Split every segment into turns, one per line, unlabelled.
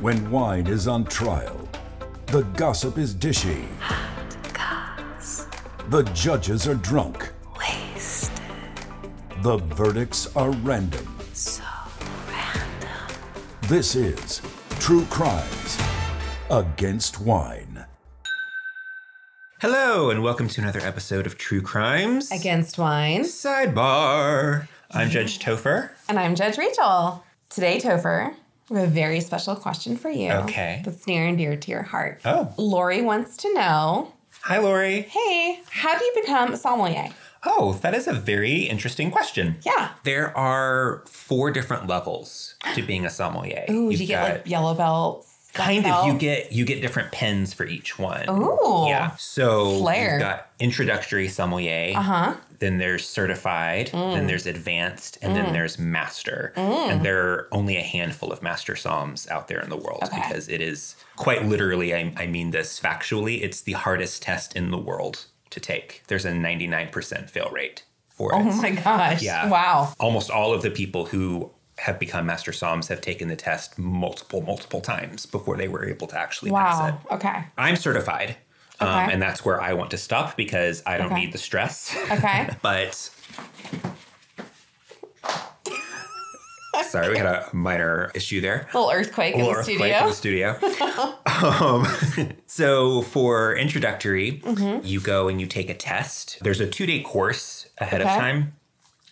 When wine is on trial, the gossip is dishy, the judges are drunk,
Waste
the verdicts are random.
so random.
This is True Crimes Against Wine.
Hello, and welcome to another episode of True Crimes.
Against Wine.
Sidebar. I'm Judge Topher.
And I'm Judge Rachel. Today, Topher, we have a very special question for you.
Okay.
That's near and dear to your heart.
Oh.
Lori wants to know
Hi, Lori.
Hey, how do you become a sommelier?
Oh, that is a very interesting question.
Yeah.
There are four different levels to being a sommelier.
Ooh,
You've
do you get
got-
like yellow belts? black
kind of you
belts?
get you get different pens for each one.
Ooh.
Yeah. So
Oh, Flair.
you've got introductory sommelier. Uh-huh. Then there's certified,
Mm.
then there's advanced, and then there's master. And there are only a handful of master psalms out there in the world
Okay.
because it is quite literally, I, I mean this factually, it's the hardest test in the world to take. There's a 99% fail rate for it.
Oh my gosh.
Yeah.
Wow.
Almost all of the people who have become master psalms have taken the test multiple, multiple times before they were able to actually pass it.
Wow. Okay.
I'm certified. Um,
Okay.
And that's where I want to stop because I don't
Okay.
need the stress.
Okay.
but sorry, we had a minor issue there.
little earthquake in the
Little earthquake
studio.
in the studio. um, so for introductory,
Mm-hmm.
you go and you take a test. There's a two day course ahead
Okay.
of time,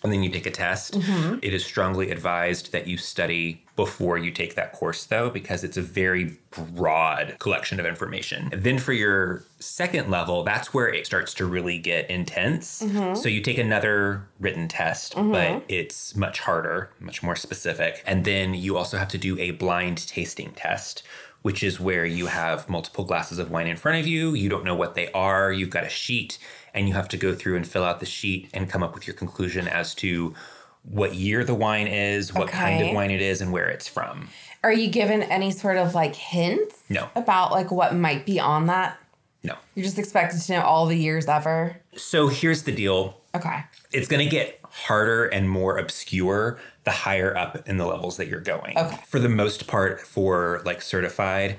and then you take a test. It is strongly advised that you study before you take that course, though, because it's a very broad collection of information. Then for your second level, that's where it starts to really get intense. So you take another written test, but it's much harder, much more specific. And then you also have to do a blind tasting test which is where you have multiple glasses of wine in front of you. You don't know what they are. You've got a sheet and you have to go through and fill out the sheet and come up with your conclusion as to what year the wine is, what kind of
Okay.
wine it is, and where it's from.
Are you given any sort of like hints?
No.
About like what might be on that?
No.
You're just expected to know all the years ever.
So here's the deal
Okay.
it's going to get harder and more obscure the higher up in the levels that you're going.
Okay.
For the most part, for like certified,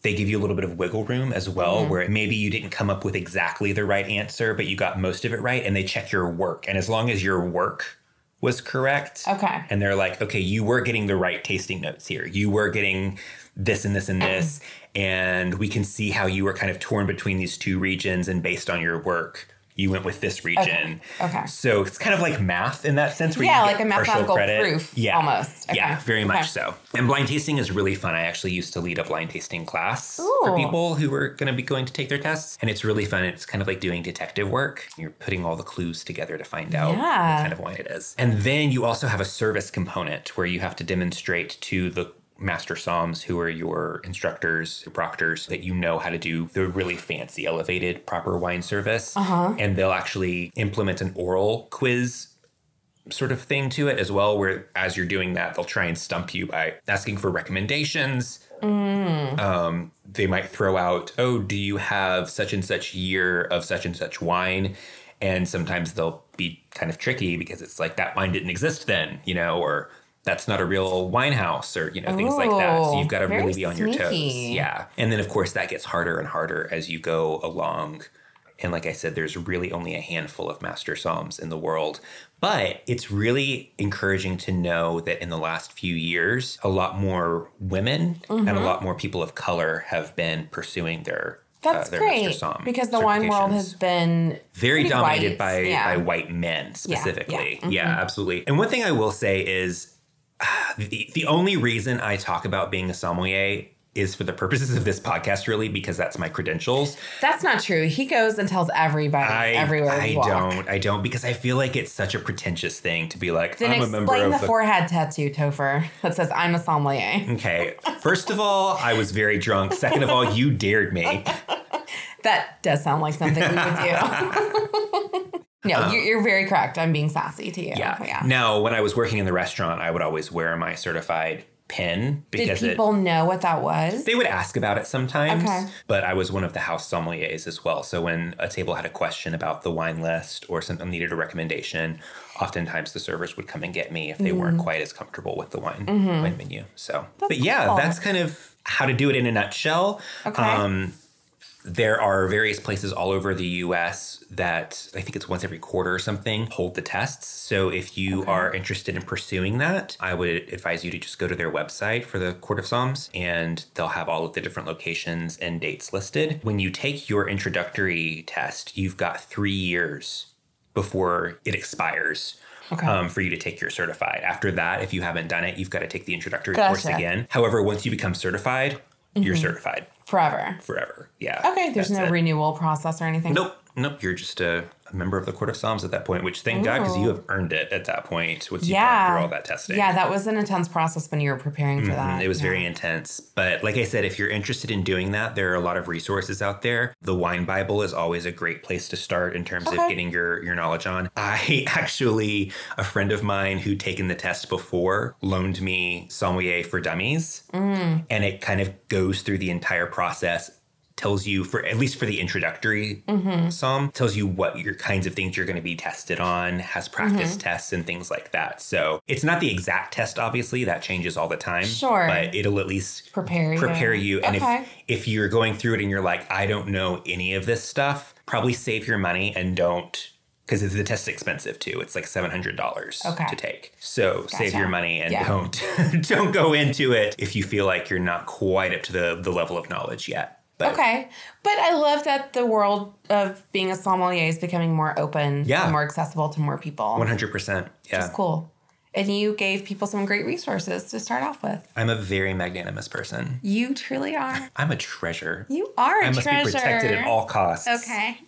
they give you a little bit of wiggle room as well,
Mm-hmm.
where maybe you didn't come up with exactly the right answer, but you got most of it right, and they check your work. And as long as your work was correct,
Okay.
and they're like, okay, you were getting the right tasting notes here. You were getting this and this and this. And we can see how you were kind of torn between these two regions. And based on your work, you went with this region.
Okay.
So it's kind of like math in that sense. Where
Yeah,
you get
like a
partial
mathematical
credit.
proof, almost.
Yeah,
Okay.
very
Okay.
much so. And blind tasting is really fun. I actually used to lead a blind tasting class
Ooh.
for people who were going to be going to take their tests. And it's really fun. It's kind of like doing detective work. You're putting all the clues together to find out
Yeah.
what kind of wine it is. And then you also have a service component where you have to demonstrate to the master psalms who are your instructors your proctors that you know how to do the really fancy elevated proper wine service uh-huh. and they'll actually implement an oral quiz sort of thing to it as well where as you're doing that they'll try and stump you by asking for recommendations
Mm.
um, they might throw out oh do you have such and such year of such and such wine and sometimes they'll be kind of tricky because it's like that wine didn't exist then you know or that's not a real wine house or you know things like that so
Ooh,
you've got to
very
really be on your toes
sneaky.
yeah and then of course that gets harder and harder as you go along and like I said, there's really only a handful of master psalms in the world. But it's really encouraging to know that in the last few years, a lot more women and a
Mm-hmm.
lot more people of color have been pursuing their
That's
uh, their master
great
psalm
because the wine world
certifications.
has been
very
pretty
dominated
white.
by
yeah.
by white men
yeah. Mm-hmm.
specifically. Yeah, absolutely. And one thing I will say is ah, the, the only reason I talk about being a sommelier is for the purposes of this podcast, really, because that's my credentials.
That's not true. He goes and tells everybody
I,
everywhere
I
we walk.
don't. I don't because I feel like it's such a pretentious thing to be like,
Then
I'm a member
explain
of
the,
the.
forehead tattoo, Topher, that says "I'm a sommelier."
okay. First of all, I was very drunk. Second of all, you dared me.
That does sound like something we would do. no, you're, you're very correct. I'm being sassy to you.
Um, Yeah. Now, when I was working in the restaurant, I would always wear my certified pin
Did
because it
people know what that was?
They would ask about it sometimes,
Okay.
but I was one of the house sommeliers as well. So when a table had a question about the wine list or something needed a recommendation, oftentimes the servers
Mm-hmm.
would come and get me if they weren't quite as comfortable with the wine, wine menu. So, but yeah,
cool.
that's kind of how to do it in a nutshell.
Okay.
Um, there are various places all over the US that I think it's once every quarter or something hold the tests. So if you are interested in pursuing that, I would advise you to just go to their website for the Court of Psalms and they'll have all of the different locations and dates listed. When you take your introductory test, you've got three years before it expires.
Okay.
Um, for you to take your certified. After that, if you haven't done it, you've got to take the introductory course
Gotcha.
again. However, once you become certified, you're certified
Forever.
forever. Yeah.
Okay, there's
that's
no
it.
renewal process or anything.
Nope, nope. You're just a, a member of the Court of Psalms at that point, which thank God because you have earned it at that point. Once you've gone
Oh. Yeah.
through all that testing,
Yeah, that was an intense process when you were preparing for that.
Mm-hmm. it was
yeah.
very intense. But like I said, if you're interested in doing that, there are a lot of resources out there. The Wine Bible is always a great place to start in terms
Okay.
of getting your your knowledge on. I actually, a friend of mine who'd taken the test before loaned me Sommelier for Dummies, and it kind of goes through the entire process. Tells you for at least for the introductory psalm, tells you what your kinds of things you're going to be tested on, has practice tests and things like that. So it's not the exact test, obviously, that changes all the time.
Sure.
But it'll at least
Prepare you.
prepare you. And
Okay.
if if you're going through it and you're like, I don't know any of this stuff, probably save your money and don't because the test's expensive too. It's like seven hundred dollars
Okay.
to take. So save
Gotcha.
your money and
Yeah.
don't don't go into it if you feel like you're not quite up to the the level of knowledge yet. But
Okay. But I love that the world of being a sommelier is becoming more open
Yeah.
and more accessible to more people.
one hundred percent. Yeah.
It's cool. And you gave people some great resources to start off with.
I'm a very magnanimous person.
You truly are.
I'm a treasure.
You are a
I must
treasure.
be protected at all costs.
Okay.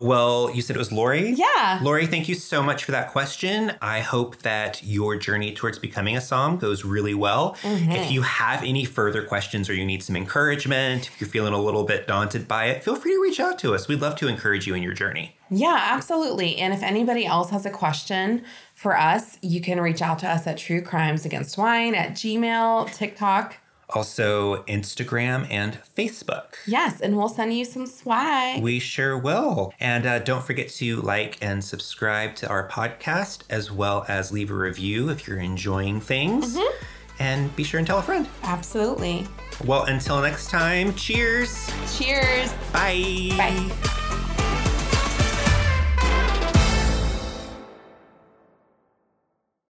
Well, you said it was Lori?
Yeah.
Lori, thank you so much for that question. I hope that your journey towards becoming a SOM goes really well. If you have any further questions or you need some encouragement, if you're feeling a little bit daunted by it, feel free to reach out to us. We'd love to encourage you in your journey.
Yeah, absolutely. And if anybody else has a question for us, you can reach out to us at True Crimes Against Wine at Gmail, TikTok.
Also, Instagram and Facebook.
Yes, and we'll send you some swag.
We sure will. And uh, don't forget to like and subscribe to our podcast, as well as leave a review if you're enjoying things. And be sure and tell a friend.
absolutely.
Well, until next time, cheers.
Cheers.
Bye.
Bye.